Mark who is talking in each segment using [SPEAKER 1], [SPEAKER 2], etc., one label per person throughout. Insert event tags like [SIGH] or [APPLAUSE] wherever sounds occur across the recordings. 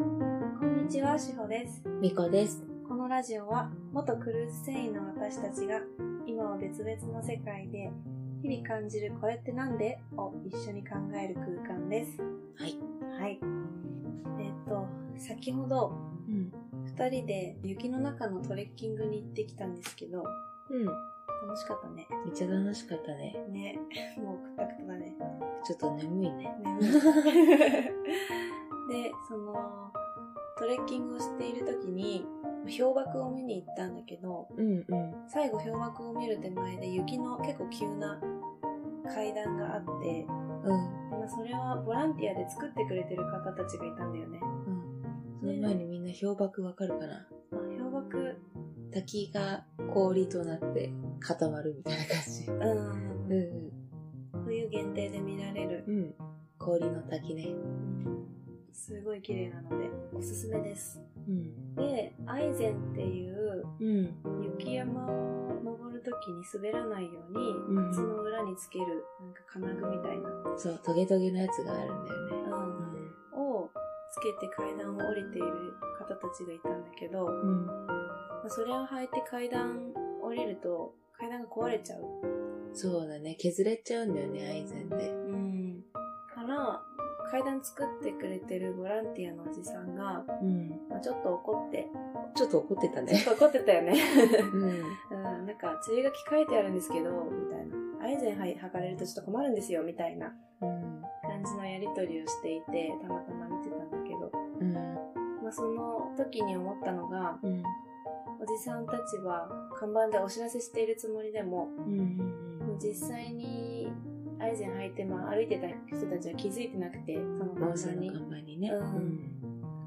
[SPEAKER 1] んにちは、しほです。
[SPEAKER 2] みこです。
[SPEAKER 1] このラジオは、元クルーズ船員の私たちが、今は別々の世界で、日々感じるこれってなんでを一緒に考える空間です。
[SPEAKER 2] はい。
[SPEAKER 1] はい。えっと、先ほど、
[SPEAKER 2] うん。
[SPEAKER 1] 二人で雪の中のトレッキングに行ってきたんですけど、
[SPEAKER 2] うん。
[SPEAKER 1] 楽しかったね。
[SPEAKER 2] めっちゃ楽しかったね。
[SPEAKER 1] ね。 [LAUGHS] もうくったくただね。
[SPEAKER 2] ちょっと眠いね。
[SPEAKER 1] 眠いでそのトレッキングをしている時に氷瀑を見に行ったんだけど
[SPEAKER 2] うんうん。
[SPEAKER 1] 最後氷瀑を見る手前で雪の結構急な階段があって、
[SPEAKER 2] うん。
[SPEAKER 1] まあ、それはボランティアで作ってくれてる方たちがいたんだよね、
[SPEAKER 2] うん。その前にみんな氷瀑わかるかな
[SPEAKER 1] まあ、氷瀑
[SPEAKER 2] 滝が氷となって固まるみたいな感じ。
[SPEAKER 1] うん、
[SPEAKER 2] うん
[SPEAKER 1] 冬限定で見られる
[SPEAKER 2] うん。うん。氷の滝ね。
[SPEAKER 1] すごい綺麗なのでおすすめです
[SPEAKER 2] うん。
[SPEAKER 1] でアイゼンっていう
[SPEAKER 2] うん。
[SPEAKER 1] 雪山を登るときに滑らないように、
[SPEAKER 2] うん
[SPEAKER 1] 靴の裏につけるなんか金具みたいな、
[SPEAKER 2] そう、トゲトゲのやつがあるんだよね。
[SPEAKER 1] をつけて階段を降りている方たちがいたんだけど、ま
[SPEAKER 2] うん。
[SPEAKER 1] あ、それを履いて階段降りると階段が壊れちゃう、
[SPEAKER 2] うん。そうだね。削れちゃうんだよね、アイゼンで。
[SPEAKER 1] から階段作ってくれてるボランティアのおじさんが、
[SPEAKER 2] うん。
[SPEAKER 1] まあ、ちょっと怒って
[SPEAKER 2] ちょっと怒ってた
[SPEAKER 1] ちょっ
[SPEAKER 2] ね。
[SPEAKER 1] と怒ってたよね、 [LAUGHS]
[SPEAKER 2] うん。
[SPEAKER 1] うん、なんか注意書き書いてあるんですけどみたいなアイゼン履かれるとちょっと困るんですよみたいな
[SPEAKER 2] うん。
[SPEAKER 1] 感じのやり取りをしていてたまたま見てたんだけど、
[SPEAKER 2] うん。
[SPEAKER 1] まあ、その時に思ったのが
[SPEAKER 2] うん。
[SPEAKER 1] おじさんたちは看板でお知らせしているつもりでも
[SPEAKER 2] うん。
[SPEAKER 1] 実際にアイゼン履いて、まあ、歩いてた人たちは気づいてなくてその
[SPEAKER 2] モ
[SPEAKER 1] 看
[SPEAKER 2] ンス
[SPEAKER 1] 板
[SPEAKER 2] ター
[SPEAKER 1] に
[SPEAKER 2] の看板にね。
[SPEAKER 1] うん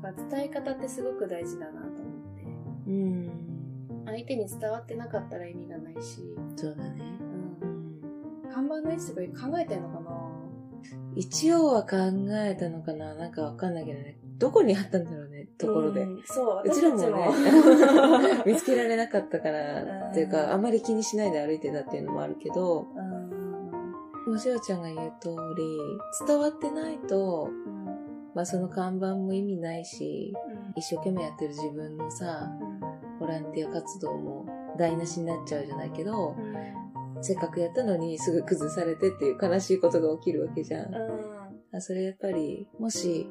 [SPEAKER 1] だから伝え方ってすごく大事だなと思って
[SPEAKER 2] うん。
[SPEAKER 1] 相手に伝わってなかったら意味がないし、
[SPEAKER 2] そうだね。
[SPEAKER 1] うん
[SPEAKER 2] う、ん
[SPEAKER 1] 看板の位置とか考えてんのかな
[SPEAKER 2] 一応は考えたのかななんかわかんないけどね。どこにあったんだろうね、ところで。
[SPEAKER 1] う
[SPEAKER 2] うん
[SPEAKER 1] そう私
[SPEAKER 2] ちら
[SPEAKER 1] た
[SPEAKER 2] も
[SPEAKER 1] ちも [LAUGHS]
[SPEAKER 2] ね、 [LAUGHS] 見つけられなかったから、
[SPEAKER 1] うん
[SPEAKER 2] っていうか、あまり気にしないで歩いてたっていうのもあるけど、
[SPEAKER 1] うん
[SPEAKER 2] もしおちゃんが言う通り、伝わってない
[SPEAKER 1] う
[SPEAKER 2] と、
[SPEAKER 1] ん
[SPEAKER 2] まあその看板も意味ないし、
[SPEAKER 1] うん
[SPEAKER 2] 一生懸命やってる自分のさ、
[SPEAKER 1] うん
[SPEAKER 2] ボランティア活動も台無しになっちゃうじゃないけど、
[SPEAKER 1] うん
[SPEAKER 2] せっかくやったのにすぐ崩されてっていう悲しいことが起きるわけじゃん。あそれやっぱり、もし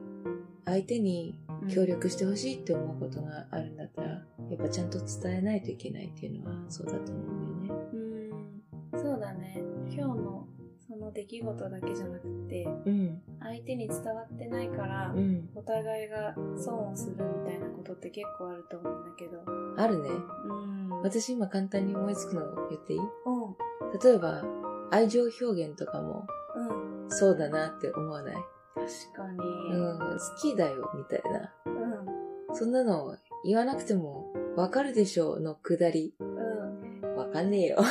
[SPEAKER 2] 相手に
[SPEAKER 1] うん
[SPEAKER 2] 協力してほしいって思うことがあるんだったら、やっぱちゃんと伝えないといけないっていうのはそうだと思うよね。
[SPEAKER 1] うんそうだね今日のその出来事だけじゃなくて
[SPEAKER 2] うん、
[SPEAKER 1] 相手に伝わってないから
[SPEAKER 2] うん。
[SPEAKER 1] お互いが損をするみたいなことって結構あると思うんだけど
[SPEAKER 2] あるね。
[SPEAKER 1] うんうん
[SPEAKER 2] 私今簡単に思いつくのを言っていい例えば、愛情表現とかも
[SPEAKER 1] うん
[SPEAKER 2] そうだなって思わない。
[SPEAKER 1] 確かに
[SPEAKER 2] うん、好きだよみたいな。
[SPEAKER 1] うん
[SPEAKER 2] そんなの言わなくてもわかるでしょうのくだり。
[SPEAKER 1] うん
[SPEAKER 2] わかんねえよ。 [LAUGHS]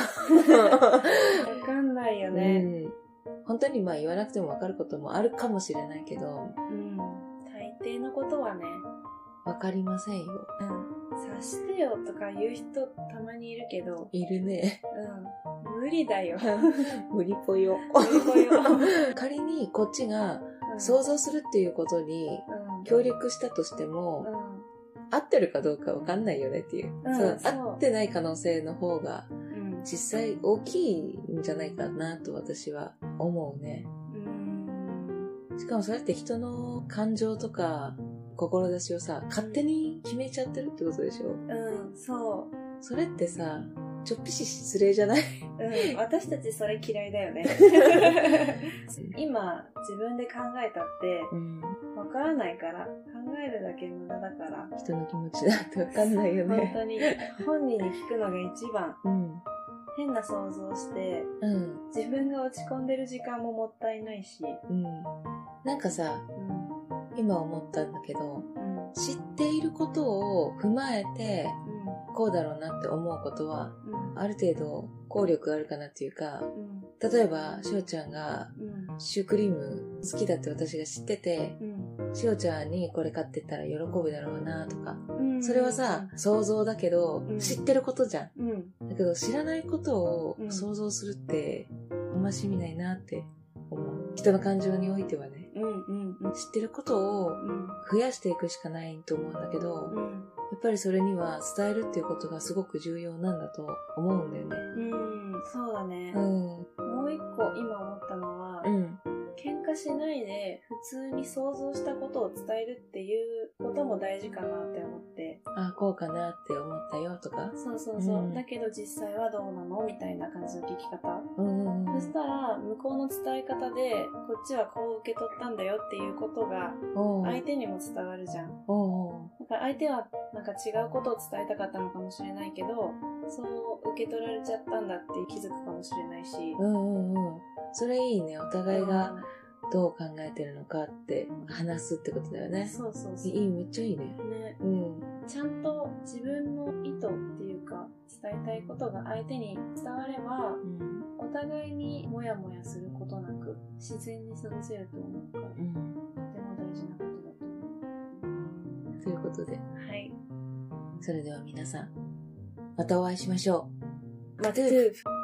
[SPEAKER 1] 分かんないよね
[SPEAKER 2] うん、本当にまあ言わなくても分かることもあるかもしれないけど
[SPEAKER 1] うん大抵のことはね
[SPEAKER 2] 分かりませんよ
[SPEAKER 1] 察してよとか言う人たまにいるけど
[SPEAKER 2] いるね
[SPEAKER 1] うん無理だよ
[SPEAKER 2] [LAUGHS] 無理ぽよ
[SPEAKER 1] 無理ぽ
[SPEAKER 2] [LAUGHS]
[SPEAKER 1] よ
[SPEAKER 2] 仮にこっちが想像するっていうことに
[SPEAKER 1] うん
[SPEAKER 2] 協力したとして
[SPEAKER 1] う
[SPEAKER 2] も、
[SPEAKER 1] ん
[SPEAKER 2] 合ってるかどうか分かんないよねっていう、
[SPEAKER 1] うん
[SPEAKER 2] その
[SPEAKER 1] そう
[SPEAKER 2] 合ってない可能性の方が
[SPEAKER 1] うん
[SPEAKER 2] 実際大きいんじゃないかなと私は思うね
[SPEAKER 1] うん
[SPEAKER 2] しかもそれって人の感情とか志をさ勝手に決めちゃってるってことでしょ、
[SPEAKER 1] うんそう
[SPEAKER 2] それってさ、ちょっぴし失礼じゃ
[SPEAKER 1] [LAUGHS]
[SPEAKER 2] ない
[SPEAKER 1] うん、私たちそれ嫌いだよね
[SPEAKER 2] [LAUGHS]
[SPEAKER 1] 今自分で考えたって
[SPEAKER 2] うん。
[SPEAKER 1] わからないから考えるだけ無駄だから
[SPEAKER 2] 人の気持ちだってわかんないよ
[SPEAKER 1] 本
[SPEAKER 2] ね。
[SPEAKER 1] 当に本人に聞くのが一番
[SPEAKER 2] うん。
[SPEAKER 1] 変な想像して
[SPEAKER 2] うん。
[SPEAKER 1] 自分が落ち込んでる時間ももったいないし
[SPEAKER 2] うん。なんかさ、
[SPEAKER 1] うん
[SPEAKER 2] 今思ったんだけど、
[SPEAKER 1] うん
[SPEAKER 2] 知っていることを踏まえて、
[SPEAKER 1] う
[SPEAKER 2] こうだろうなって思うことは、
[SPEAKER 1] んうん
[SPEAKER 2] ある程度効力あるかなっていうか、
[SPEAKER 1] うん
[SPEAKER 2] 例えば、しおちゃんが、
[SPEAKER 1] うん
[SPEAKER 2] シュークリーム好きだって私が知ってて、
[SPEAKER 1] うん
[SPEAKER 2] しおちゃんにこれ買ってったら喜ぶだろうなとか、
[SPEAKER 1] うん
[SPEAKER 2] それはさ、想像だけど
[SPEAKER 1] うん、
[SPEAKER 2] 知ってることじゃん。
[SPEAKER 1] うん
[SPEAKER 2] だけど知らないことを
[SPEAKER 1] うん
[SPEAKER 2] 想像するってあんまし意味ないなって思う。人の感情においてはね。
[SPEAKER 1] うんうんうん
[SPEAKER 2] 知ってることを
[SPEAKER 1] うん
[SPEAKER 2] 増やしていくしかないと思うんだけど、や
[SPEAKER 1] うん
[SPEAKER 2] っぱりそれには伝えるっていうことがすごく重要なんだと思うんだよね。
[SPEAKER 1] うんそうだね
[SPEAKER 2] う、ん。
[SPEAKER 1] もう一個今思ったのは、
[SPEAKER 2] うん。
[SPEAKER 1] 喧嘩しないで普通に想像したことを伝えるっていうことも大事かなって思って
[SPEAKER 2] あ、こうかなって思ったよとか。
[SPEAKER 1] そうそうそう、
[SPEAKER 2] うん
[SPEAKER 1] だけど実際はどうなのみたいな感じの聞き方、
[SPEAKER 2] うんうんうん。
[SPEAKER 1] そしたら向こうの伝え方でこっちはこう受け取ったんだよっていうことが
[SPEAKER 2] おう
[SPEAKER 1] 相手にも伝わるじゃん
[SPEAKER 2] おうおう
[SPEAKER 1] だから相手はなんか違うことを伝えたかったのかもしれないけどそう受け取られちゃったんだって気づくかもしれないし、
[SPEAKER 2] うんうんうん。それいいね。お互いがどう考えてるのかって話すってことだよ
[SPEAKER 1] うん
[SPEAKER 2] ね。
[SPEAKER 1] そうそうそう
[SPEAKER 2] いい、めっちゃいいね。
[SPEAKER 1] ね
[SPEAKER 2] うん。
[SPEAKER 1] ちゃんと自分の意図っていうか伝えたいことが相手に伝われば
[SPEAKER 2] うん。
[SPEAKER 1] お互いにモヤモヤすることなく自然に過ごせると思うからと
[SPEAKER 2] うん。
[SPEAKER 1] ても大事なことだと思
[SPEAKER 2] ということで、
[SPEAKER 1] うはい
[SPEAKER 2] それでは皆さん、またお会いしましょう。
[SPEAKER 1] マトゥーフ